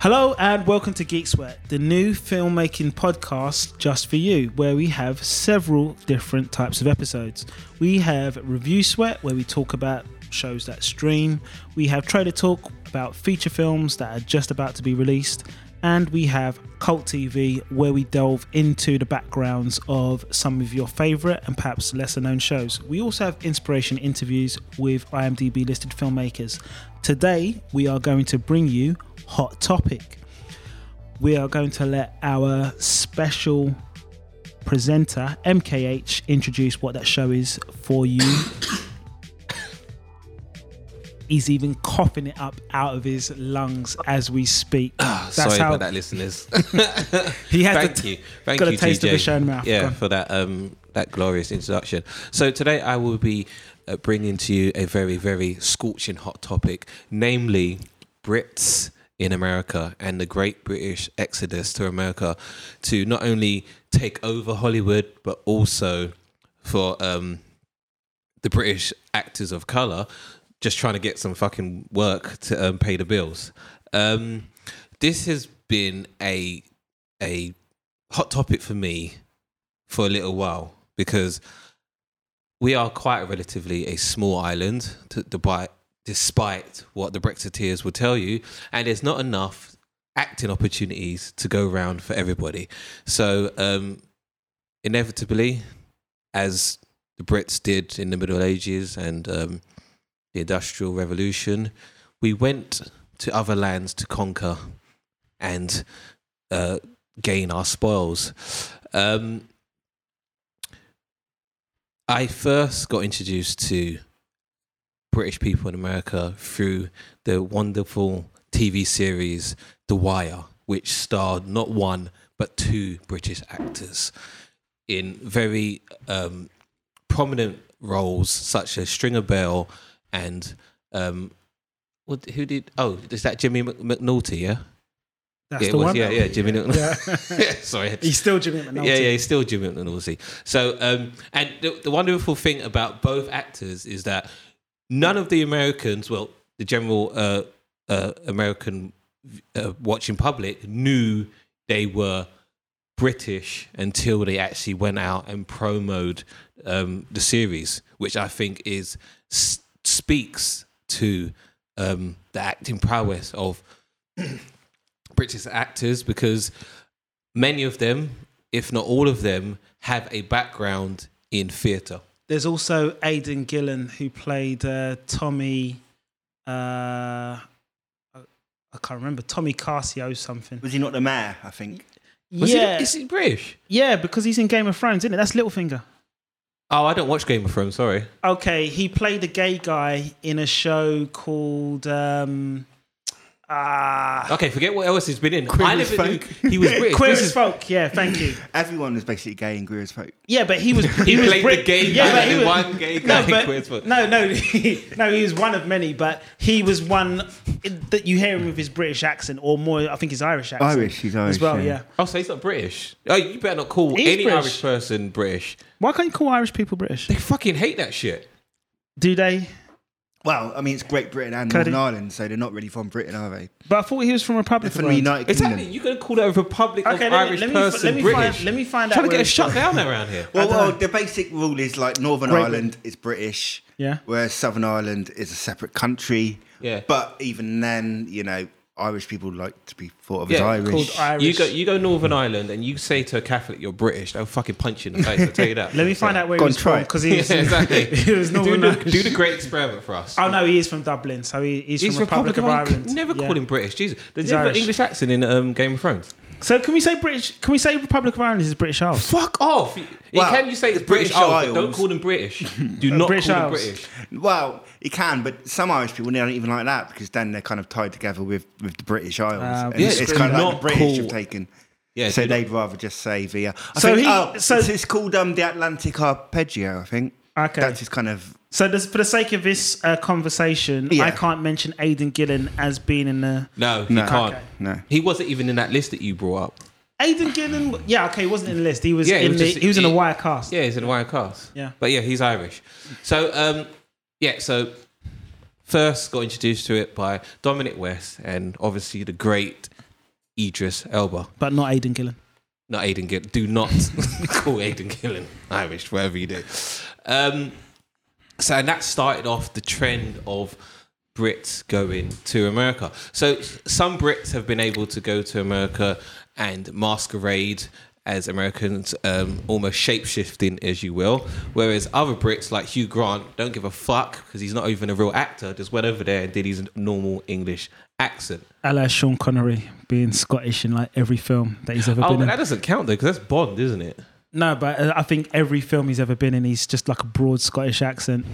Hello and welcome to Geek Sweat, the new filmmaking podcast just for you, where we have several different types of episodes. We have Review Sweat, where we talk about shows that stream, we have Trailer Talk about feature films that are just about to be released, and we have Cult TV, where we delve into the backgrounds of some of your favourite and perhaps lesser known shows. We also have inspiration interviews with IMDb listed filmmakers. Today, we are going to bring you Hot Topic. We are going to let our special presenter, MKH, introduce what that show is for you. He's even coughing it up out of his lungs as we speak. That's Ah, Sorry how about that, listeners. he has Thank to, you. Thank got you, a taste of TJ. his own mouth. Go Yeah, on. for that um, that glorious introduction. So today I will be uh, bringing to you a very, very scorching hot topic, namely Brits in America and the Great British Exodus to America to not only take over Hollywood but also for um, the British actors of color just trying to get some fucking work to um, pay the bills. Um, this has been a a hot topic for me for a little while because we are quite relatively a small island to Dubai, despite what the Brexiteers will tell you, and there's not enough acting opportunities to go around for everybody. So, um, inevitably, as the Brits did in the Middle Ages and um, the Industrial Revolution, we went to other lands to conquer and uh, gain our spoils. Um, I first got introduced to British people in America through the wonderful TV series The Wire, which starred not one but two British actors in very um, prominent roles, such as Stringer Bell and um, what, who did? Oh, is that Jimmy Mc- McNulty? Yeah, That's yeah, it the was, one. Yeah, yeah, Jimmy McNulty. Sorry, He's still Jimmy McNulty. yeah, yeah, he's still Jimmy McNulty. So, um, and the, the wonderful thing about both actors is that none of the Americans, well, the general uh, uh, American uh, watching public, knew they were British until they actually went out and promoted um, the series, which I think is s- speaks to um, the acting prowess of British actors because many of them, if not all of them, have a background in theatre. There's also Aidan Gillen who played uh, Tommy. Uh, I, I can't remember Tommy Carsio something. Was he not the mayor? I think. Was yeah, he, is he British? yeah, because he's in Game of Thrones, isn't it? That's Littlefinger. Oh, I don't watch Game of Thrones. Sorry. Okay, he played a gay guy in a show called. Um, uh, Okay, forget what else he's been in. Queer I as never folk. knew he was British. Queer This as is- folk, yeah, thank you. Everyone was basically gay in Greer's folk. Yeah, but he was he, He was played Brit- the gay yeah, guy but he in was- one gay guy no, in but, Queer's Folk. no, no, no, he was one of many, but he was one that you hear him with his British accent, or more, I think his Irish accent. Irish, he's Irish. as well, yeah. Oh, so he's not British. Oh, you better not call He is any British. Irish person British. Why can't you call Irish people British? They fucking hate that shit. Do they? Well, I mean, it's Great Britain and Cody. Northern Ireland, so they're not really from Britain, are they? But I thought he was from They're Republic from of the Ireland. United Exactly. Mm. Kingdom. You're going to call a republic Okay, let of me- Irish let me fi- person let me British. find- let me find out Trying to where get a he's shut from. down around here. Well, don't well, know. the basic rule is like Northern Great Ireland is British, Yeah. whereas Southern Ireland is a separate country. Yeah. But even then, you know, Irish people like to be thought of as Yeah, Irish. Called Irish. You go, you go Northern Ireland, and you say to a Catholic you're British. They'll fucking punch you in the face. I'll tell you that. Let me find out where Go he on, was try from it. because he was, Yeah, exactly. he was do, Northern the, Irish. do the great experiment for us. Oh no, he is from Dublin, so he, he's, He's from Republic, of Ireland. Never Yeah. call him British. Jesus, there's He's never Irish. English accent in um, Game of Thrones. So can we say British? Can we say Republic of Ireland is British Isles? Fuck off! You- you Well, can you say the it's British? British Isles, but don't Isles- call them British. Do not British call them Isles. British. Well, it can, but some Irish people they don't even like that because then they're kind of tied together with, with the British Isles. Ah, and Yeah, it's it's kind of like not the British cool. have taken. Yeah, so do not- they'd rather just say the. Uh, I So he- think, oh, so- it's, it's called um, the Atlantic Arpeggio, I think. Okay. That's just kind of. So this, for the sake of this uh, conversation, Yeah. I can't mention Aidan Gillen as being in the. no, you No. can't. Okay. No. He wasn't even in that list that you brought up. Aidan Gillen, yeah, okay, he wasn't in the list. He was Yeah, he in was the. just- he was in a he- wire cast. Yeah, he's in a wire cast. Yeah. But yeah, he's Irish. So um yeah, so first got introduced to it by Dominic West and obviously the great Idris Elba, but not Aidan Gillen. not Aidan Gillen. Do not call Aidan Gillen Irish, whatever you do. Um, so and that started off the trend of Brits going to America. So some Brits have been able to go to America and masquerade as Americans, um, almost shapeshifting, as you will. Whereas other Brits, like Hugh Grant, don't give a fuck because he's not even a real actor. Just went over there and did his normal English accent. A la Sean Connery being Scottish in like every film that he's ever Oh, been but in. that doesn't count though, because that's Bond, isn't it? No, but uh, I think every film he's ever been in, he's just like a broad Scottish accent,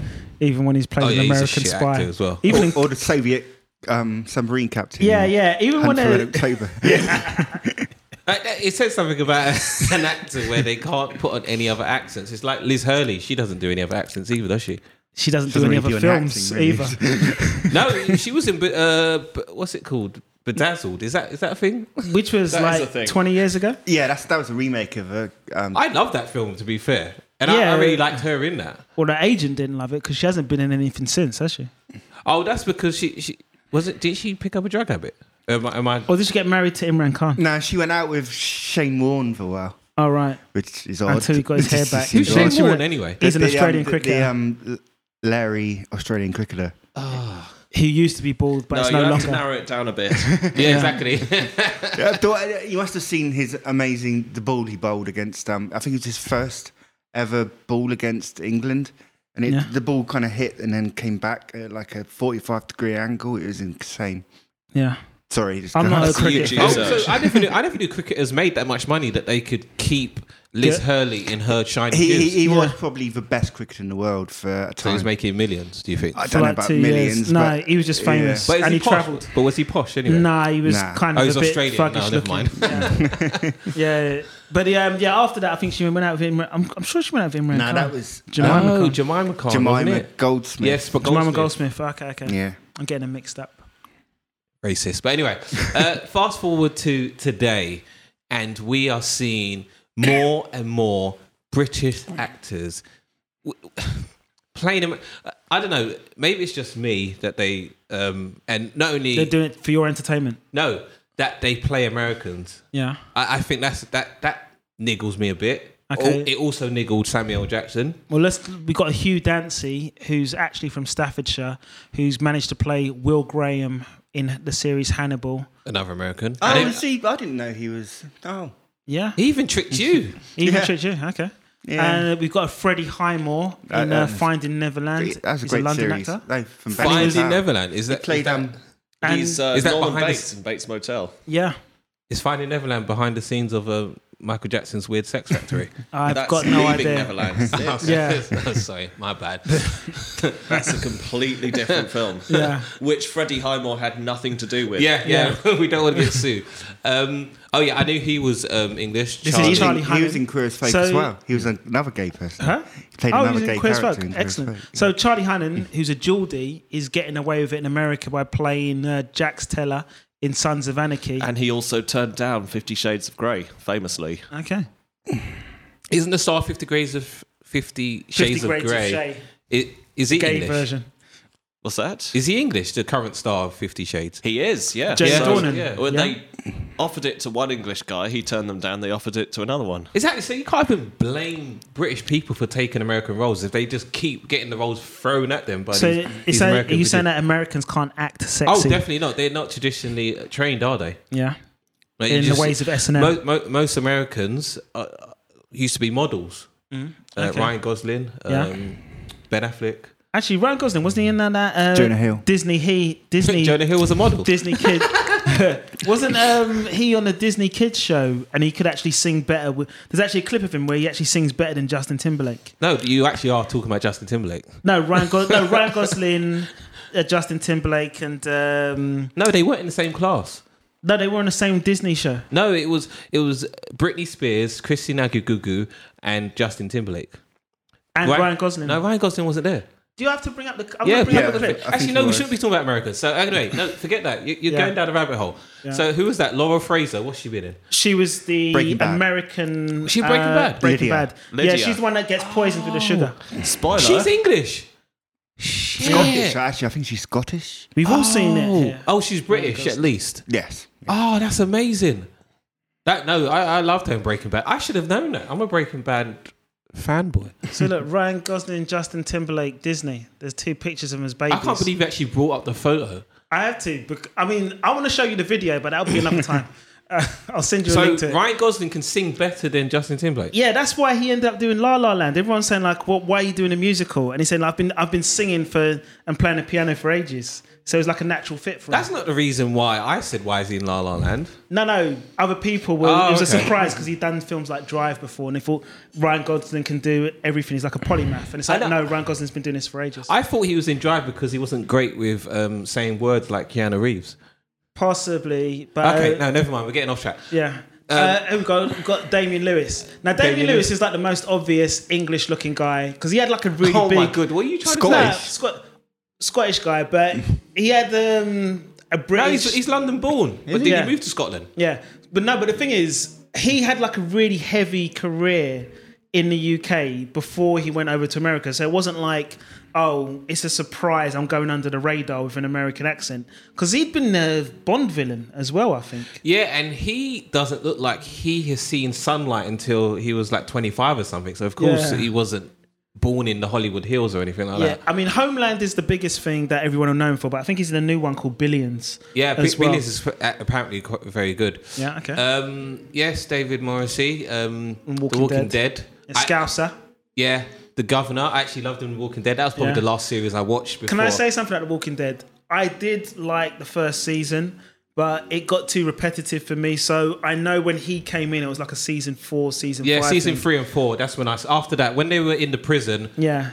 even when he's playing Oh, yeah, an he's a American shit spy. actor as well. Oh. Even in, Or, or the Soviet um, submarine captain. yeah, yeah. Even Hunt when for uh, Red October. Like, that- It says something about an actor where they can't put on any other accents. It's like Liz Hurley; she doesn't do any other accents either, does she? she doesn't, Doesn't do any really other do an films acting, really. either. No, she was in. Uh, b- what's it called? Bedazzled. Is that is that a thing? Which was That is a like thing. 20 years ago. yeah, that's that was a remake of a. Um, I love that film. To be fair, and I, Yeah. I really liked her in that. Well, the agent didn't love it because she hasn't been in anything since, has she? Oh, that's because she she was it. Did she pick up a drug habit? Am I? Am I Or did she get married to Imran Khan? no, she went out with Shane Warne for a while, All right. which is odd. Until he got his hair back. who's Shane Shane Warne? Warne anyway? He's an The, um, Australian the- cricketer The, um, L- Larry, Australian cricketer. who used to be bald, but No, it's you no have to longer. narrow it down a bit. Yeah, exactly. Yeah, I thought- you must have seen his amazing the ball he bowled against. Um, I think it was his first ever ball against England, and it, Yeah. the ball kind of hit and then came back at like a forty-five degree angle. It was insane. yeah. Sorry, just I'm not a guys. cricket YouTube fan. Oh, Research. so I never knew. I never knew cricketers made that much money that they could keep Liz Yeah. Hurley in her shiny He, he, shoes. he was Yeah. probably the best cricketer in the world for a so time. he's making millions. Do you think? I For don't know like about two millions. years. No, but- he was just yeah. famous. But is and he, posh? travelled. But was he posh anyway? Nah, he was Nah. kind Oh, of he's a bit Australian. No, thuggish never looking. mind. Yeah. yeah. But um, yeah, after that, I think she went out with Imran. I'm, I'm sure she went out with Imran. No, Khan. that was um, Jemima oh, Khan. Jemima Khan. wasn't Jemima it? Goldsmith. Yes, but Jemima Goldsmith. Goldsmith. Oh, Okay, okay. Yeah. I'm getting them mixed up. Racist. But anyway, uh, fast forward to today, and we are seeing more and more British actors w- playing. Amer- I don't know. Maybe it's just me that they um, and not only They're doing it for your entertainment. no that they play Americans. Yeah. I, I think that's that that niggles me a bit. Okay. Al- It also niggled Samuel Jackson. Well, let's. We got Hugh Dancy, who's actually from Staffordshire, who's managed to play Will Graham in the series Hannibal. Another American. Oh, And I it- see, I didn't know he was. Oh, Yeah, he even tricked you. even Yeah. tricked you. Okay. Yeah. And we've got Freddie Highmore That- in uh, that was- Finding Neverland. that's a He's great a London series. actor. No, from Benny Finding Town. Neverland. Is that Played is that- um, And He's uh, Is that Norman behind the Bates in Bates Motel. yeah, Is Finding Neverland behind the scenes of uh, Michael Jackson's Weird Sex Factory? I've That's got no leaving idea. Neverland. isn't it? Yeah. Sorry, my bad. That's a completely different film. Yeah. Which Freddie Highmore had nothing to do with. Yeah, yeah. we don't want to get sued. Um, oh yeah, I knew he was um, English. This is Charlie. He was in- Charlie he was Hunnam. in Queer as Folk So- as well. He was another gay person. Huh? He played Oh, another he's in gay Queer as character. Folk. in Queer as Excellent. Folk. So Charlie Hannon, who's a Geordie, is getting away with it in America by playing uh, Jax Teller in Sons of Anarchy. And he also turned down Fifty Shades of Grey, famously. okay. Isn't the star Fifty Grades of Fifty Shades of Grades of Grey? Shay. It, is he Gay English? version. What's that? Is he English? The current star of Fifty Shades. He is, yeah. James So, Dornan. yeah. When yeah? they offered it to one English guy, he turned them down. They offered it to another one. Exactly. So you can't even blame British people for taking American roles if they just keep getting the roles thrown at them by So these, you these saying, are American you producers. saying that Americans can't act sexy? Oh, definitely not. They're not traditionally trained, are they? Yeah. Like, you In the just- ways of SNL. Mo- mo- most Americans uh, used to be models. okay. uh, Ryan Gosling, um, Yeah. Ben Affleck. Actually, Ryan Gosling wasn't he in that? Uh, Jonah Hill. Disney. He Disney. Jonah Hill was a model. Disney kid. wasn't um, he on the Disney Kids show? And he could actually sing better. With, there's actually a clip of him where he actually sings better than Justin Timberlake. no, you actually are talking about Justin Timberlake. No, Ryan. Go- no, Ryan Gosling, uh, Justin Timberlake, and um, No, they weren't in the same class. no, they were on the same Disney show. No, it was it was Britney Spears, Christina Aguilera, and Justin Timberlake. And Right. Ryan Gosling. No, Ryan Gosling wasn't there. Do you have to bring up the? I'm yeah, gonna bring yeah, up the yeah. clip. I actually, think no, it we was. shouldn't be talking about America. So anyway, no, forget that. You, you're Yeah. going down a rabbit hole. So who was that? Laura Fraser. What's she been in? She was the Breaking Bad. American. uh, she Breaking Bad? Oh. Breaking Lydia. Bad. Lydia. Yeah, she's the one that gets poisoned with the sugar. Spoiler. e- She's English. Shit. Scottish. Actually, I think she's Scottish. We've all seen it. Oh. here. Oh, she's British at least. Yes. Oh, that's amazing. That no, I, I loved him Breaking Bad. I should have known that. I'm a Breaking Bad fanboy. So look, Ryan Gosling, Justin Timberlake, Disney. There's two pictures of them as babies. I can't believe you actually brought up the photo. I have to. bec- I mean, I want to show you the video, but that'll be another time. Uh, I'll send you a So link to it. Ryan Gosling can sing better than Justin Timberlake. Yeah, that's why he ended up doing La La Land. Everyone's saying like, "What? why are you doing a musical?" And he's saying, like, "I've been, I've been singing for and playing the piano for ages." So it's like a natural fit for That's him. not the reason why I said why is he in La La Land. No, no, other people were. Oh, it was a okay. surprise because he'd done films like Drive before, and they thought Ryan Gosling can do everything. He's like a polymath, and it's like, I no, know- Ryan Gosling's been doing this for ages. I thought he was in Drive because he wasn't great with um, saying words like Keanu Reeves. Possibly, but uh, Okay, no, never mind. We're getting off track. Yeah. uh, here we go. We've got Damien Lewis. Now, Damien, Um, Damian Lewis Lewis. is like the most obvious English looking guy because he had like a really oh big my god, what are you trying Nah, to say? Scot- Scottish guy, but he had um, a No, British. Oh, he's, he's London born, but did Yeah. he move to Scotland? yeah, but no. But the thing is, he had like a really heavy career in the UK before he went over to America. So it wasn't like, oh, it's a surprise. I'm going under the radar with an American accent because he'd been a Bond villain as well. I think. Yeah, and he doesn't look like he has seen sunlight until he was like 25 or something. So, of course, Yeah. he wasn't born in the Hollywood Hills or anything like Yeah, that. I mean, Homeland is the biggest thing that everyone will know him for, but I think he's in a new one called Billions. Yeah, as Big well. Billions is f- a- apparently quite, very good. Yeah, okay. Um, yes, David Morrissey, um, Walking The Walking Dead. Dead. It's I- Scouser. yeah, The Governor. I actually loved him in Walking Dead. That was probably Yeah. the last series I watched before. Can I say something about The Walking Dead? I did like the first season, but it got too repetitive for me. So I know when he came in, it was like a season four, season Yeah, five. season thing. three and four. That's when I. s- After that, when they were in the prison, Yeah,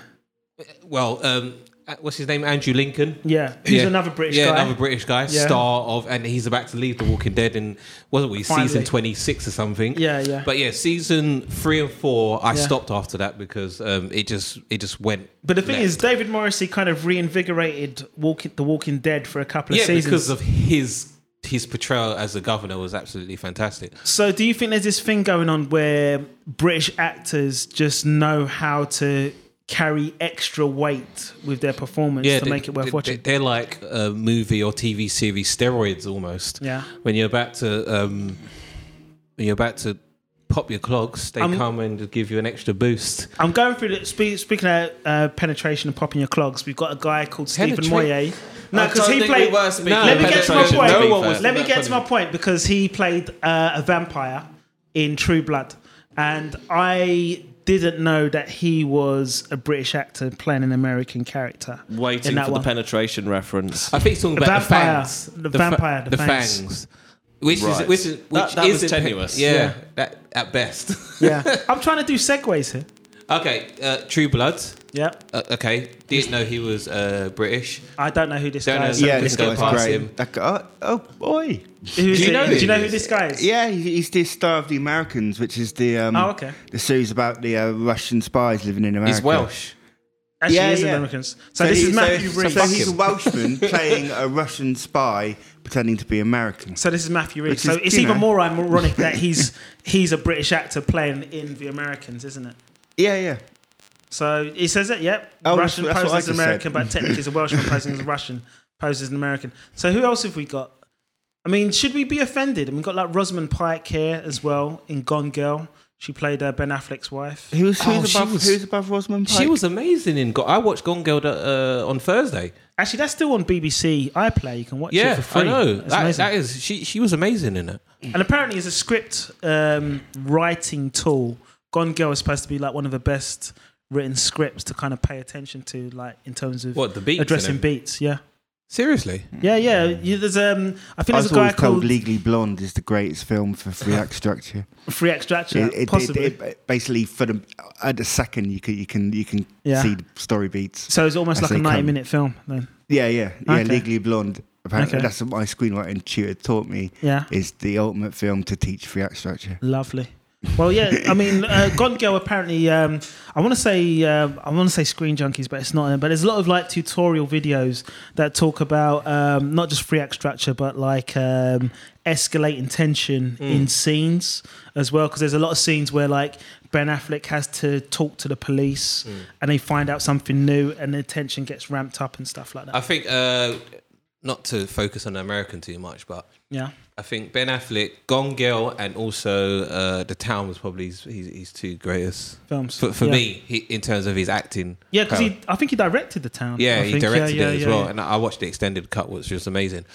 well, um, uh, what's his name? Andrew Lincoln. yeah. Who's Yeah. another British yeah, guy? another British guy, Yeah. star of, and he's about to leave The Walking Dead in wasn't we Finally. season twenty six or something? Yeah, yeah. But yeah, season three and four, I Yeah. stopped after that because um, it just it just went. but the thing left. is, David Morrissey kind of reinvigorated Walking, The Walking Dead for a couple of yeah, seasons. because of his his portrayal as the governor was absolutely fantastic. So, do you think there's this thing going on where British actors just know how to carry extra weight with their performance Yeah, to they- make it worth they- watching? They're like a movie or TV series steroids almost. Yeah. when you're about to um, when you're about to pop your clogs, they Um, come and give you an extra boost. I'm going through. The, speak, speaking of uh, penetration and popping your clogs, we've got a guy called Stephen Penetrate- Moyer. No, I because don't he think played. we were speaking No, let me of get to my penetration, point. to be No one fair. was. Let me get to my point because he played uh, a vampire in True Blood, and I didn't know that he was a British actor playing an American character. in Waiting that for one. the penetration reference. I think it's talking The about vampire. the fangs, The fa- vampire, the the fangs. fangs, which Right. is which is That- which that was is tenuous. Yeah, Yeah. That, at best. yeah, I'm trying to do segues here. okay, uh, True Blood. Yep. Uh, okay, didn't know he was uh, British. I don't know who this Don't guy know. is. Yeah, Something this go guy's past great. him. That guy, oh, oh boy. Who's Do you it? know Do you who know he who is? this guy is? Yeah, he- he's the star of the Americans, which is the um, Oh, okay. the series about the uh, Russian spies living in America. He's Welsh. Actually, Yeah, he is yeah. Americans. So, this is Matthew so, Reeves. So So, he's a Welshman playing a Russian spy pretending to be American. this is Matthew Reeves. Which So is, it's you even know. more ironic that he's he's a British actor playing in The Americans, isn't it? Yeah, yeah. So he says it. Yep. Oh, that's- Russian that's what poses I as just American, said. but technically he's a Welshman posing as a Russian, poses as an American. So who else have we got? I mean, should we be offended? And we've got like Rosamund Pike here as well in Gone Girl. She played uh, Ben Affleck's wife. Who's, Oh, who's she above? was- who's above Rosamund Pike? She was amazing in. Go- I watched Gone Girl uh, on Thursday. Actually, that's still on BBC iPlayer. You can watch it Yeah, for free. I know. That's That, amazing. that is she. She was amazing in it. And apparently, as a script um, writing tool, Gone Girl is supposed to be like one of the best written scripts to kind of pay attention to, like in terms of What the beat? addressing beats. Yeah, Seriously, yeah, yeah. You, there's um, I think I there's was a guy always told called Legally Blonde is the greatest film for three act structure. Free Extraction, It- it- it- possibly. it- it- basically, for the at a second, you can you can you can Yeah. see the story beats. so it's almost As like a they come. ninety-minute film. Then, Yeah, yeah, yeah. Okay. Legally Blonde. Apparently, Okay. that's what my screenwriting tutor taught me. yeah, Is the ultimate film to teach three act structure. lovely. Well, yeah, I mean, uh, Gone Girl apparently. Um, I want to say um I want to say Screen Junkies, but it's not. uh, But there's a lot of like tutorial videos that talk about um, not just free act structure, but like um, escalating tension Mm. in scenes as well. Because there's a lot of scenes where like Ben Affleck has to talk to the police, Mm. and they find out something new, and the tension gets ramped up and stuff like that. I think uh, not to focus on the American too much, but Yeah. I think Ben Affleck, Gone Girl, and also uh, The Town was probably his, his, his two greatest Films. for, for Yeah. me he, in terms of his acting. Yeah, because power. he, I think he directed the town. Yeah, I he think. directed yeah, it as yeah, well, Yeah. and I watched the extended cut, which was amazing.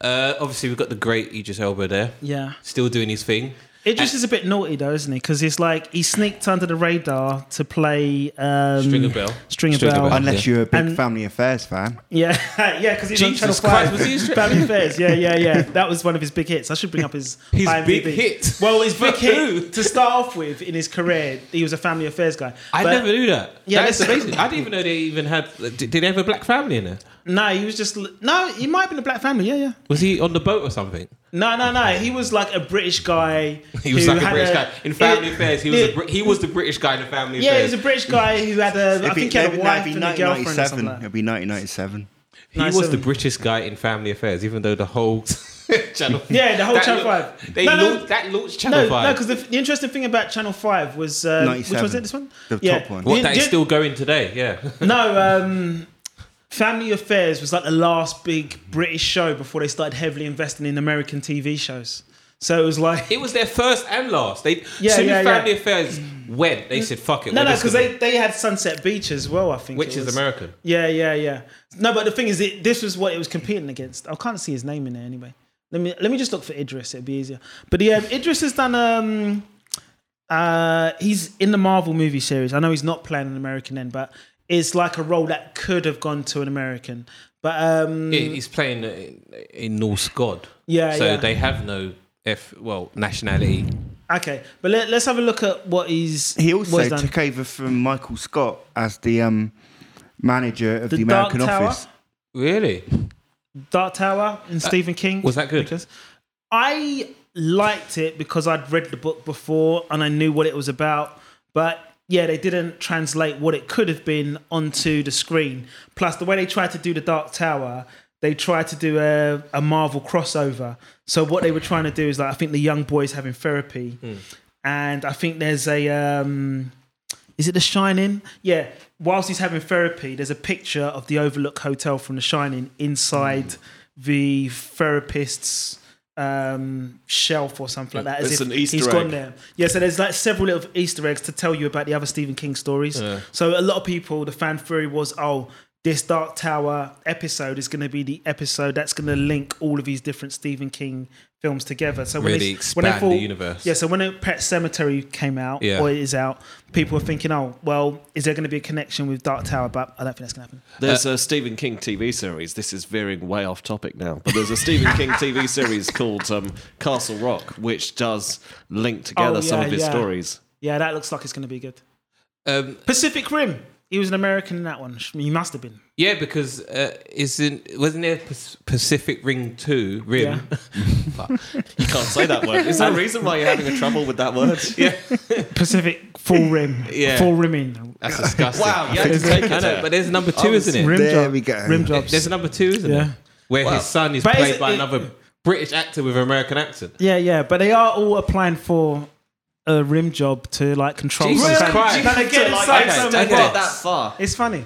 Uh, obviously, we've got the great Idris Elba there, yeah. still doing his thing. It just is a bit naughty though, isn't he? Because it's like he sneaked under the radar to play um, Stringer Bell. Stringer Stringer Bell. Bell. Unless you're a big And- Family Affairs fan. Yeah, yeah, because he's Jesus on Channel Christ, Five. was he in Str- Family Affairs. Yeah, yeah, yeah. That was one of his big hits. I should bring up his His IMDb. big hit. Well, his big For who? hit to start off with in his career, he was a Family Affairs guy. I But- never knew that. Yeah, that's that's- amazing. I didn't even know they even had. Did, did they have a black family in there? No, he was just no. He might have been a black family. Yeah, yeah. Was he on the boat or something? No, no, no. He was like a British guy. He was who like a had British guy in Family it- Affairs. He was it- a, Brit- he was the British guy in the Family Yeah, he Affairs. was a British guy who had a. I It'd be- think he had no, a no, wife it'd be and a girlfriend or 1997. something. Like. that. It'd be 1997. he Nice, um, was the isn't it? British guy in Family Affairs, even though the whole channel. Yeah, the whole that Channel lau- Five. They No, no. launched, that launched Channel No, no, Five. because the, the interesting thing about Channel Five was uh, which 97. was it? This one, The top one. what that is Yeah, still going today. Yeah. No, um, Family Affairs was like the last big British show before they started heavily investing in American TV shows. So it was like. It was their first and last. They Yeah, soon yeah, as Family yeah. Affairs went, they said fuck it. No, we're no, just because gonna- they, they had Sunset Beach as well, I think. which it is was. American. Yeah, yeah, yeah. No, but the thing is, it, this was what it was competing against. I can't see his name in there anyway. Let me let me just look for Idris. It'd be easier. But yeah, Idris has done. Um, uh, he's in the Marvel movie series. I know he's not playing an American then, but it's like a role that could have gone to an American. But um, He- He's playing in- in Norse God. Yeah, So yeah. they have no f well nationality. okay, but let, let's have a look at what he's He what also he's done. took over from Michael Scott as the um, manager of The the, American Dark Tower? Office. Really? Dark Tower and Uh, Stephen King. Was that good? I liked it because I'd read the book before and I knew what it was about, but yeah, they didn't translate what it could have been onto the screen. Plus, the way they tried to do the Dark Tower, they tried to do a, a Marvel crossover. So what they were trying to do is like I think the young boy's having therapy, and I think there's a um, is it The Shining? Yeah. Whilst he's having therapy, there's a picture of the Overlook Hotel from The Shining inside the therapist's um, shelf or something like that. As It's if an Easter he's gone egg. there. Yeah. So there's like several little Easter eggs to tell you about the other Stephen King stories. So a lot of people, the fan theory was, oh. This Dark Tower episode is going to be the episode that's going to link all of these different Stephen King films together. So when Really it's- when I expand the thought- universe. Yeah, so when a Pet Cemetery came out Yeah. or is out, people are thinking, oh, well, is there going to be a connection with Dark Tower? But I don't think that's going to happen. There's Uh, a Stephen King TV series. This is veering way off topic now, but there's a Stephen King TV series called um, Castle Rock, which does link together Oh, some yeah, of his yeah. stories. Yeah, that looks like it's going to be good. Um, Pacific Rim. He was an American in that one. He must have been. yeah, because uh, isn't wasn't there Pac- Pacific Ring Two Rim? You can't say that word. Is there a reason why you're having a trouble with that word? Yeah, Pacific Full Rim. Yeah. Full Rimming. that's disgusting. Wow, you had to take it I know, there. but there's number two, was- isn't it? Oh, Rim There job. we go. Rim jobs. There's a number two, isn't Yeah. there? Where Wow. his son is But is played it- by it- another British actor with an American accent. yeah, yeah. But they are all applying for a rim job to like control. some Jesus kind of- Christ. But again, it's like okay, so okay. many Got parts. that far. It's funny.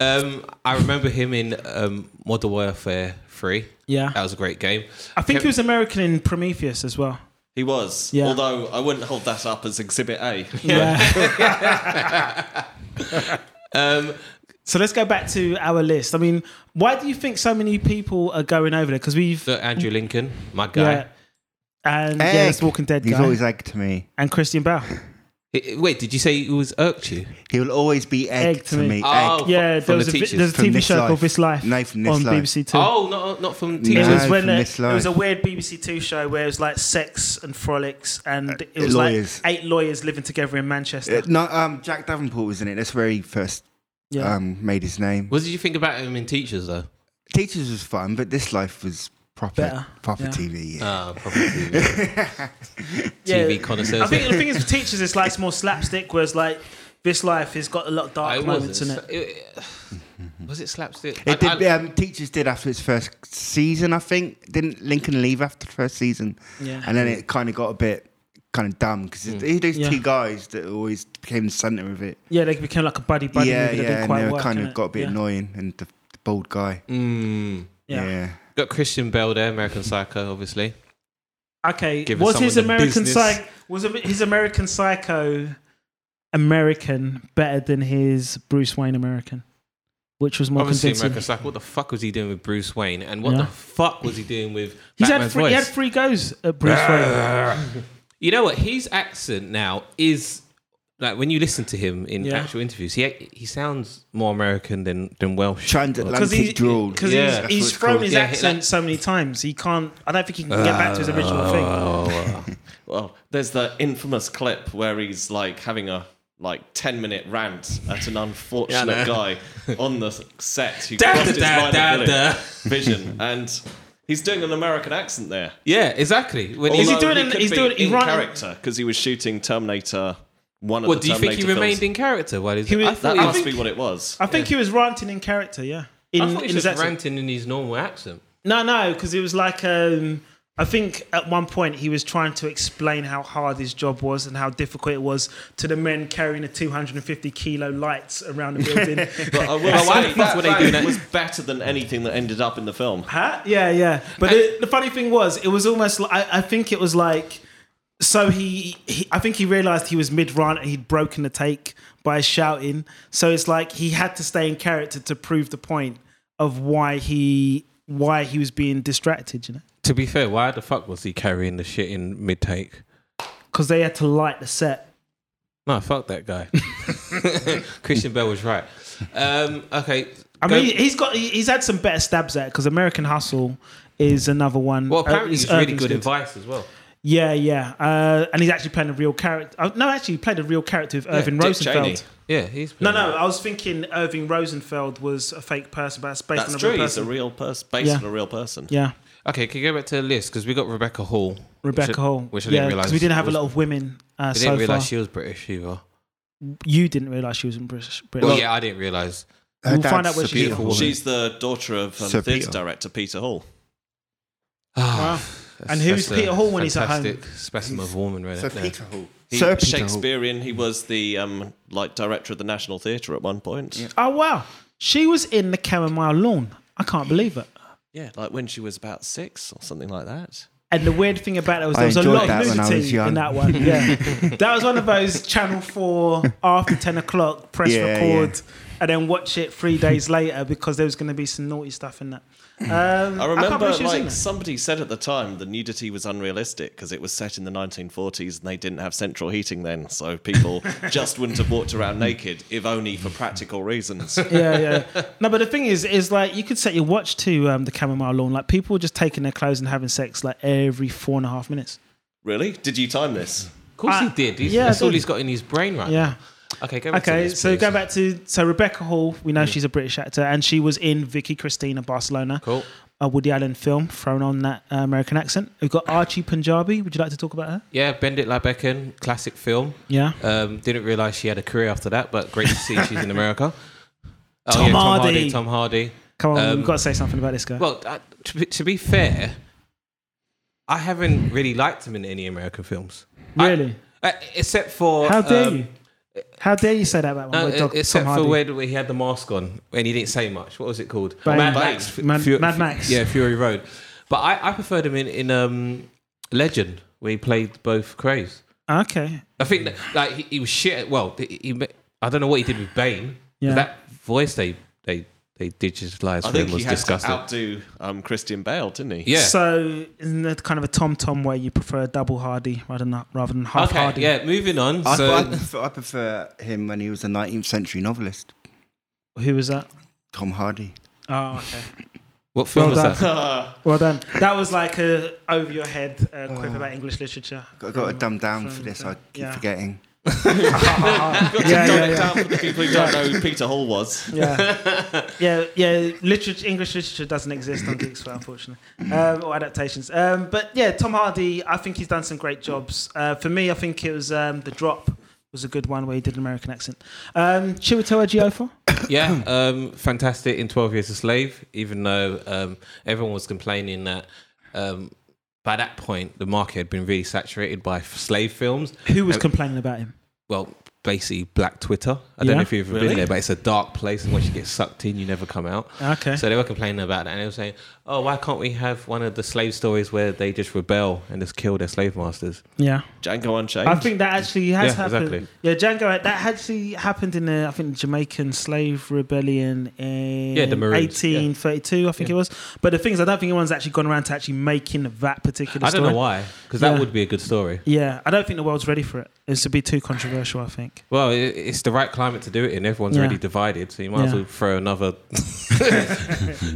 Um, I remember him in um, Modern Warfare Three. Yeah. That was a great game. I think he was American in Prometheus as well. He was, Yeah. although I wouldn't hold that up as Exhibit A. Yeah. Um, so let's go back to our list. I mean, why do you think so many people are going over there? Because we've so Andrew Lincoln, my guy. yeah, and yeah, Egg. it's Walking Dead He's guy always egged to me. and Christian Bale. Eh, eh, Wait, did you say he was irked you? He will always be egged, Egg to to me. me. Oh, Egg. Yeah, from there was the a, vi- teachers. there's a From TV This show Life. called This Life No, from This on Life. BBC Two. Oh, not not from It teachers. No, was when from the- This it was a Life. weird BBC Two show where it was like sex and frolics, and it was Uh, lawyers. like eight lawyers living together in Manchester. Uh, No, um, Jack Davenport was in it. That's where he first yeah, um, made his name. What did you think about him in teachers though? Teachers was fun, but this life was proper, Better, proper yeah. TV. Yeah. Ah, probably TV, yeah. TV connoisseurs. I think the thing is with teachers, it's like it's more slapstick, whereas like This Life has got a lot of dark it moments was. in It, it. was it slapstick? It I- did. I- um, teachers did after its first season, I think. Didn't Lincoln leave after the first season? Yeah. And then it kind of got a bit kind of dumb because Hmm. those Yeah. two guys that always became the center of it. Yeah, they became like a buddy buddy yeah, movie that yeah, didn't and quite they were work. kind of innit? got a bit yeah. annoying and the, the bald guy. Mm. Yeah. Got Christian Bale there, American Psycho, obviously. Okay. Giving Was his someone the American business. Psycho was a- his American Psycho American better than his Bruce Wayne American, which was more Obviously, convincing. American Psycho. What the fuck was he doing with Bruce Wayne? And what Yeah. the fuck was he doing with He's had Batman's three, voice? he had three goes at Bruce Wayne. You know what? His accent now is like when you listen to him in Yeah. actual interviews, he he sounds more American than than Welsh. Because Transatlantic he's, drool. cause Yeah. he's, That's he's what it's thrown called. his Yeah, accent like- so many times. He can't. I don't think he can get back to his original Oh, Uh, thing. Well, there's the infamous clip where he's like having a like 10 minute rant at an unfortunate guy on the set who Da, crossed da, his da, line da, of da. vision, vision and he's doing an American accent there. Yeah, exactly. When Is he Although doing it- could he's be doing it- he's in running- character because he was shooting Terminator one of Well, the do you think Terminator he remained films. in character while he's? He was- I That thought he must was, be what it was. I think he was ranting in character. Yeah. In, I thought he in his was just accent. ranting in his normal accent. No, no, because it was like um, I think at one point he was trying to explain how hard his job was and how difficult it was to the men carrying the 250 kilo lights around the building. But I will Well, why say the fuck that would they do rant that? was better than anything that ended up in the film. Huh? Yeah, yeah. But the, the funny thing was, it was almost. Like, I, I think it was like. So he, he, I think he realized he was mid run and he'd broken the take by shouting. So it's like he had to stay in character to prove the point of why he, why he was being distracted. You know. To be fair, why the fuck was he carrying the shit in mid take? Because they had to light the set No, fuck that guy. Christian Bell was right. Um, okay. I go- mean, he's got he- he's had some better stabs at because American Hustle is another one. well, Uh, apparently is he's really Irving's good in Vice as well. Yeah, yeah, uh, and he's actually playing a real character. Uh, no, actually, he played a real character with Irving Dick Rosenfeld. Cheney. Yeah, he's No, no, I was thinking Irving Rosenfeld was a fake person, but that's based That's on a true. real He's a person. real person, based Yeah. on a real person. yeah, Okay, can you go back to the list because we got Rebecca Hall. Rebecca which I, Hall. which I yeah, didn't realize. because we didn't have a lot of women uh, I so didn't far. realize she was British either. you didn't realize she was in British. British. Well, yeah, I didn't realize. Her We'll find dad's out where a she's beautiful from. woman. She's the daughter of um, Sir this Peter. director, Peter Hall. Wow. Ah, That's- And who's that's a Peter Hall when he's at home? fantastic specimen of a woman right Sir there. Peter Hall. He, Sir Peter Hall. Shakespearean. He was the um, like director of the National Theatre at one point. Yeah. Oh wow, she was in the Chamomile Lawn. I can't believe it. like when she was about six or something like that. And the weird thing about it was I there was a enjoyed lot that of when I was nudity young. in that one. Yeah, that was one of those Channel Four after ten o'clock press Yeah, record and then watch it three days later because there was going to be some naughty stuff in that. Um, I can't remember believe she was in like that. somebody said at the time the nudity was unrealistic because it was set in the 1940s and they didn't have central heating then, so people just wouldn't have walked around naked if only for practical reasons. yeah, yeah. No, but the thing is, is like you could set your watch to um, the chamomile lawn. Like people were just taking their clothes and having sex like every four and a half minutes. really? Did you time this? Of course I- he did. He's, Uh, yeah, I that's all did. he's got in his brain right Yeah. now. Okay, go back to Okay, this, so please. go back to so Rebecca Hall. We know she's a British actor, and she was in Vicky Cristina Barcelona. Cool. a Woody Allen film thrown on that uh, American accent. We've got Archie Punjabi. Would you like to talk about her? Yeah, Bend It Like Beckham, classic film. Yeah. Um, didn't realize she had a career after that, but great to see she's in America. Oh, Tom Tom Hardy. Tom Hardy. Come on, Um, we've got to say something about this guy. Well, uh, to, be, to be fair, I haven't really liked him in any American films. really? I, uh, except for. How dare um, you? How dare you say that about No, uh, my dog, except Tom for Hardy? where, where he had the mask on and he didn't say much. What was it called? Bane. Fu- Man- Fu- Mad Max. Yeah, Fury Road. But I, I preferred him in, in um, Legend, where he played both craze. okay. I think that, like he, he was shit. At, well, he, he ma- I don't know what he did with Bane. 'cause Yeah. That voice they they they digitalized I for him think he was had disgusting. to outdo um, Christian Bale, didn't he? yeah. So, in that kind of a Tom Tom where you prefer double Hardy rather than rather than half okay. Hardy? Yeah. Moving on. I, so I, prefer, I prefer him when he was a 19th century novelist, Who was that? Tom Hardy. Oh, okay. what film Well was that? Well done. That was like a over your head uh, quip about English literature. Um, I got to dumb down for From- this. I keep yeah. forgetting. yeah, yeah, yeah, yeah. down for the people who don't know who Peter Hall was. yeah, yeah, yeah. Literature, English literature doesn't exist on Geeksfire, unfortunately, um, or adaptations. Um, but yeah, Tom Hardy, I think he's done some great jobs. Uh, for me, I think it was um, The Drop was a good one where he did an American accent. Um, Chiwetel Ejiofor. yeah. Um, fantastic in Twelve Years a Slave. Even though um, everyone was complaining that. Um, by that point, the market had been really saturated by f- slave films. Who was Um, complaining about him? Well, basically black Twitter. I don't Yeah. know if you've ever Really? been there, but it's a dark place, and once you get sucked in, you never come out. Okay. So they were complaining about that, and they were saying, "Oh, why can't we have one of the slave stories where they just rebel and just kill their slave masters?" yeah. Django Unchained. I think that actually has Yeah, happened. exactly. Yeah, Django. That actually happened in the I think Jamaican slave rebellion in Yeah, the Maroons, yeah. 1832. I think Yeah. it was. But the thing is, I don't think anyone's actually gone around to actually making that particular. I don't story. know why, because Yeah. that would be a good story. Yeah, I don't think the world's ready for it. It's to be too controversial. I think. Well, i- it's the right climate to do it in. Everyone's Yeah. already divided, so you might as Yeah. well throw another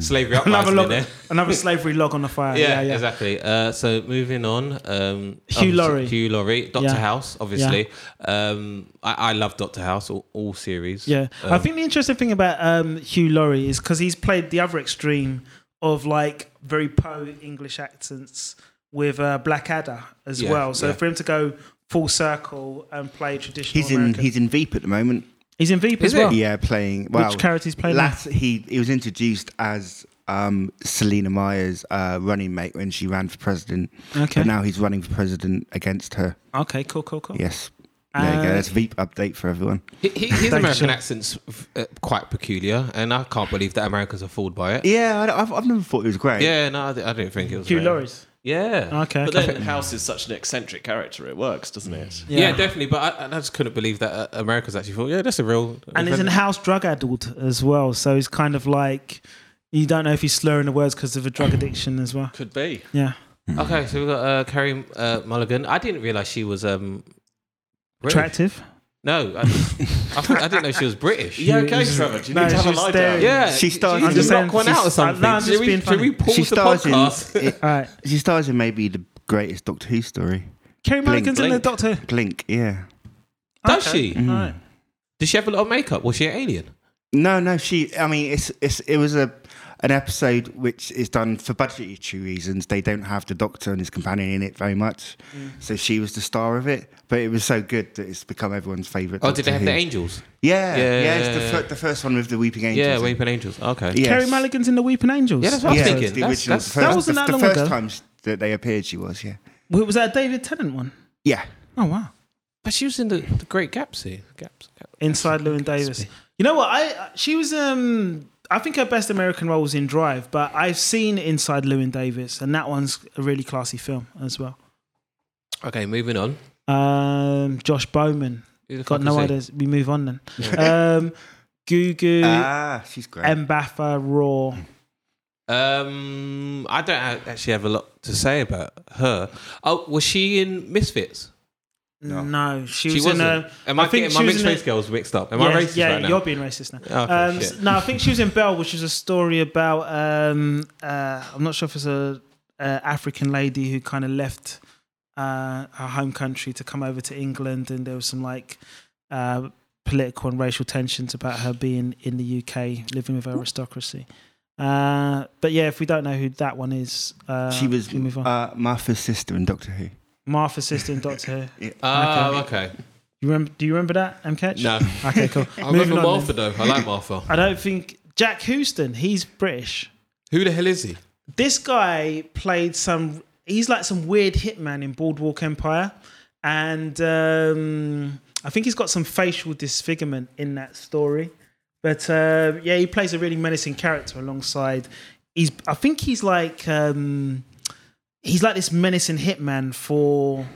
slavery up Another in log, there. another slavery log on the fire. Yeah, Yeah, yeah. exactly. Uh, so moving on, um, Hugh obviously- Laurie. Hugh Laurie, Doctor Yeah. House, obviously. Um, I, I love Doctor House, all, all series. Yeah, I Um, think the interesting thing about um, Hugh Laurie is because he's played the other extreme of like very po English accents with uh, Blackadder as Yeah, well. So yeah. for him to go full circle and play traditional, He's in he's in Veep at the moment. he's in Veep Is as well. he? Yeah, playing. Well, Which character he's playing? Last, he he was introduced as um, Selena Meyer's uh, running mate when she ran for president, now? Okay, but now he's running for president against her. okay, cool, cool, cool. Yes, there you Uh, go. That's Veep update for everyone. Hi- hi- his you, American sir. accent's uh, quite peculiar, and I can't believe that Americans are fooled by it. Yeah, I, have I've never thought it was great. Yeah, no, I, di- I didn't think it was. Hugh Uh, very- Laurie's. Yeah. Okay, But okay. then House is such an eccentric character. It works, doesn't it? Yeah. definitely. But I, I just couldn't believe that uh, Americans actually thought, yeah, that's a real. and he's in house drug addled as well. So he's kind of like you don't know if he's slurring the words because of a drug addiction as well. Could be. Yeah. Okay, so we've got uh, Carrie uh, Mulligan. I didn't realize she was. um British. Attractive. No, I, I, thought, I didn't know she was British. Yeah, okay, Trevor. Do you No, need she to have a was lie staring. down? Yeah, She started- You I'm need just to saying- knock one she's- out or I'm- something. no, I'm just should, we, being should we funny. pause she the stars podcast? in it, All right. she stars in maybe the greatest Doctor Who story. Kerry Blink, Mulligan's in the blink. Doctor. Glink, yeah. Does Okay. Mm-hmm. she? All right. Did she have a lot of makeup? Was she an alien? No, no, she. I mean, it's it's it was a an episode which is done for budgetary reasons. They don't have the Doctor and his companion in it very much, so she was the star of it. But it was so good that it's become everyone's favorite. Oh, did they have the angels? Yeah, Yeah, yeah, it's yeah, the, fir- yeah. the first one with the weeping angels. Yeah, weeping angels. Okay. Yes. Kerry Mulligan's in the Weeping Angels. Yeah, that's what I was Yeah, thinking. it's the That's- original. that's- the first, That wasn't the, that the long first ago. time that they appeared, she was. Yeah, Wait, Was that a David Tennant one? yeah. Oh wow! But she was in the, the Great Gaps here. Gaps. gaps. Inside Lewin Davis. You know what? I uh, she was um I think her best American role was in Drive, but I've seen Inside Lewin Davis, and that one's a really classy film as well. Okay, moving on. Um, Josh Bowman. Who the fuck Got is no he? idea. We move on then. um, Gugu, Uh, Ah, she's great. Mbatha, Raw. Um, I don't ha- actually have a lot to say about her. Oh, was she in Misfits? No, No. she, was in wasn't. a. Am I, I think getting she my was mixed in a- race girls mixed up? Am yeah, I racist yeah, right now? you're being racist now. Okay, um, shit. no, I think she was in Belle, which is a story about. Um, uh, I'm not sure if it's a uh, African lady who kind of left uh, her home country to come over to England, and there was some like uh, political and racial tensions about her being in the UK, living with aristocracy. Uh, but yeah, if we don't know who that one is, uh, she was we move on. uh, Martha's sister in Doctor Who. Martha's sister in Doctor Who. Oh, okay. You remember? Do you remember that? M. Catch? No. Okay, cool. I Moving on remember then. Martha, though. I like Martha. I don't think Jack Houston. He's British. Who the hell is he? This guy played some. He's like some weird hitman in Boardwalk Empire, and um, I think he's got some facial disfigurement in that story. But uh, yeah, he plays a really menacing character alongside. He's. I think he's like. Um, he's like this menacing hitman for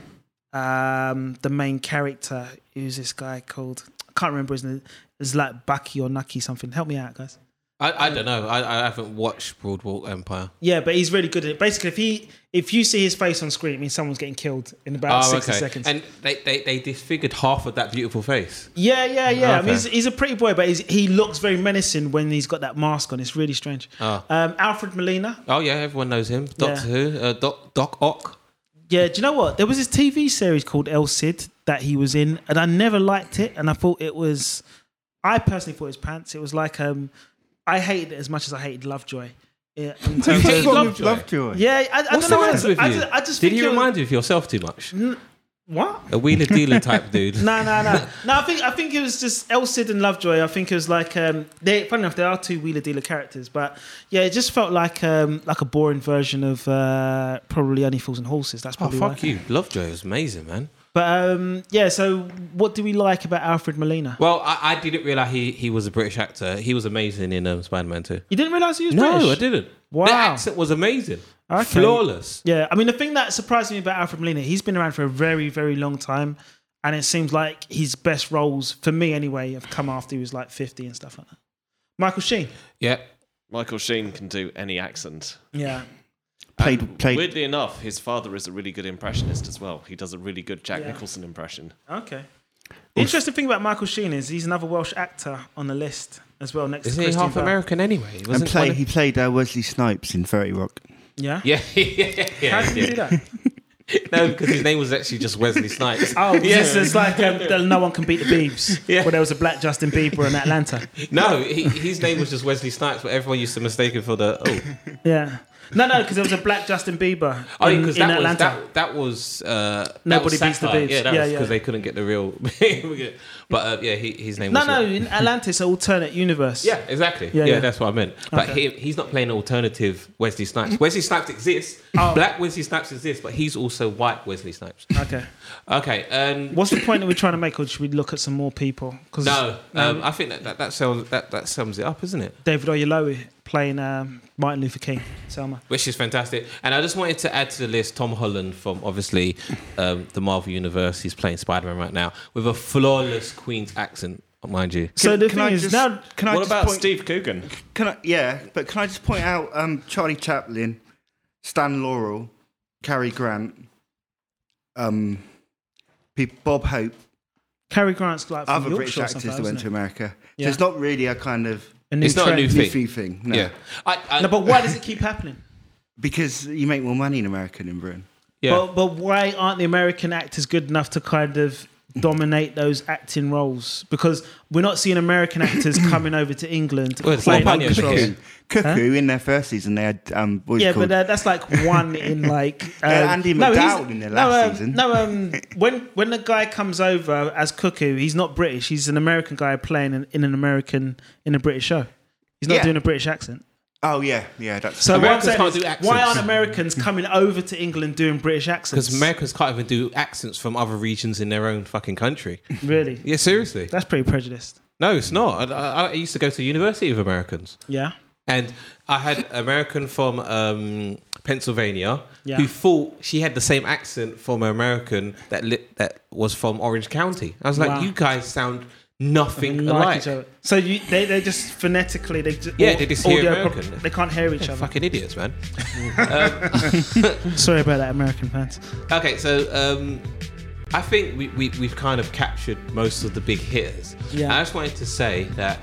um, the main character. Who's this guy called? I can't remember his name. It's like Bucky or Nucky something. Help me out, guys. I, I don't know. I, I haven't watched Broadwalk Empire. Yeah, but he's really good at it. Basically, if he if you see his face on screen, it means someone's getting killed in about oh, 60 okay. seconds. And they, they, they disfigured half of that beautiful face. yeah, yeah, yeah. I mean, Okay. he's, he's a pretty boy, but he's, he looks very menacing when he's got that mask on. It's really strange. Oh, Um, Alfred Molina. oh yeah, everyone knows him. Doctor Who, uh, Doc, Doc Ock. Yeah, do you know what? There was this TV series called El Cid that he was in, and I never liked it. And I thought it was, I personally thought it was pants. It was like, um, I hated it as much as I hated Lovejoy. Yeah, in terms hated of, Lovejoy? Lovejoy. yeah I, I What's don't know. the what it matter is. with I you? just, I just Did think he it was- remind you of yourself too much? What? A wheeler dealer type dude. No, no, no. No, I think I think it was just Elsid and Lovejoy. I think it was like um they funny enough, they are two wheeler dealer characters, but yeah, it just felt like um like a boring version of uh probably Only Fools and Horses. That's Oh probably why. fuck you, Lovejoy was amazing, man. But um yeah, so what do we like about Alfred Molina? Well, I, I didn't realize he, he was a British actor. He was amazing in um, Spider Man too. You didn't realise he was No, British? I didn't. Wow. The accent was amazing. Okay. Flawless. Yeah, I mean the thing that surprised me about Alfred Molina, he's been around for a very, very long time, and it seems like his best roles, for me anyway, have come after he was like fifty and stuff like that. Michael Sheen. Yeah. Michael Sheen can do any accent. Yeah. Played played Weirdly enough, his father is a really good impressionist as well. He does a really good Jack Yeah. Nicholson impression. Okay. The interesting thing about Michael Sheen is he's another Welsh actor on the list as well next Is to he Christian half Bale. American anyway? and Wasn't play. one of- He played uh, Wesley Snipes in Thirty Rock. Yeah. Yeah, yeah, How yeah. did you do that? No, because his name was actually just Wesley Snipes. Oh, yes, it's like um, the no one can beat the Biebs. Yeah. Where there was a black Justin Bieber in Atlanta. No, he, his name was just Wesley Snipes, but everyone used to mistake him for the oh, Yeah. No, no, because there was a black Justin Bieber oh, in, because in that was Atlanta. that, that was uh, that Nobody was beats the satire. Biebs. Yeah, that Yeah, was yeah. because they couldn't get the real. but uh, yeah, he, his name. no, was no, in Atlanta, it's an alternate universe. Yeah, exactly. Yeah, Yeah, yeah. that's what I meant. But Okay. Mm-hmm. he, he's not playing alternative Wesley Snipes. Wesley Snipes exists. Oh. Black Wesley Snipes exists, but he's also white Wesley Snipes. Okay. Okay. Um, What's the point that we're trying to make, or should we look at some more people? 'Cause no, um, I think that that that, sounds, that that sums it up, isn't it? David Oyelowo playing um, Martin Luther King. Selma. which is fantastic. And I just wanted to add to the list Tom Holland from obviously um, the Marvel Universe. He's playing Spider Man right now with a flawless Queen's accent, mind you. So the can thing I is just- now. Can I what just about point, Steve Coogan? Can I, yeah, but can I just point out um, Charlie Chaplin, Stan Laurel, Cary Grant, um, people, Bob Hope, Cary Grant's like from other Yorkshire British or actors something, that isn't went to it? America. Yeah. So it's not really a kind of A new It's not a trend. new thing. iffy thing. No. Yeah. I, I, No, but why does it keep happening? Because you make more money in America than Britain. yeah. But, but why aren't the American actors good enough to kind of dominate those acting roles? Because we're not seeing American actors coming over to England Well, it's playing like English Bunyan. roles. Yeah. Cuckoo, Cuckoo in their first season, they had um, what was it Yeah, called? but uh, that's like one in like uh, Andy he's- McDowell in their last no, um, season. No, um, when when the guy comes over as Cuckoo, he's not British. He's an American guy playing in, in an American in a British show. He's not Yeah. doing a British accent. oh yeah, yeah, that's So what I'm Americans saying can't is, do accents. why aren't Americans coming over to England doing British accents? because Americans can't even do accents from other regions in their own fucking country. really, Yeah, seriously. that's pretty prejudiced. No, it's not. I, I, I used to go to university with Americans. Yeah. And I had American from um, Pennsylvania Yeah. who thought she had the same accent from an American that li- that was from Orange County. I was like, Wow. you guys sound nothing like, alike. each other. So you, they, they just phonetically, they just, Yeah, they just hear audio American. prob- they can't hear each other. Fucking idiots, man. Sorry about that, American fans. Okay, so um, I think we, we, we've kind of captured most of the big hitters. Yeah. I just wanted to say that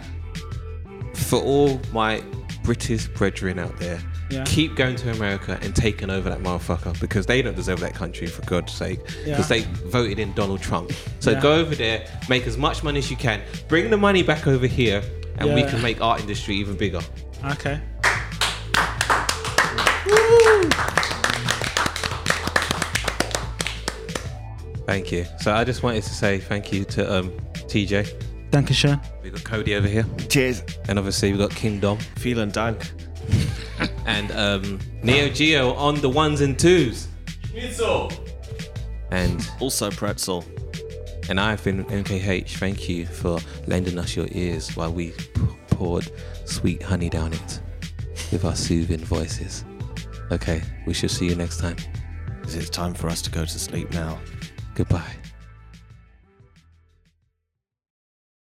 for all my British brethren out there, Yeah. keep going to America and taking over that motherfucker because they don't deserve that country, for God's sake, because Yeah. they voted in Donald Trump. So Yeah. go over there, make as much money as you can, bring the money back over here, and we Yeah. can make our industry even bigger. Okay. Thank you. So I just wanted to say thank you to um, TJ. Thank you, Sean. We've got Cody over here. cheers. And obviously, we've got Kingdom Phelan Dank. and um, Neo Geo on the ones and twos. And Also pretzel. and I've been MKH. Thank you for lending us your ears while we p- poured sweet honey down it with our soothing voices. Okay, we shall see you next time. It's time for us to go to sleep now. Goodbye.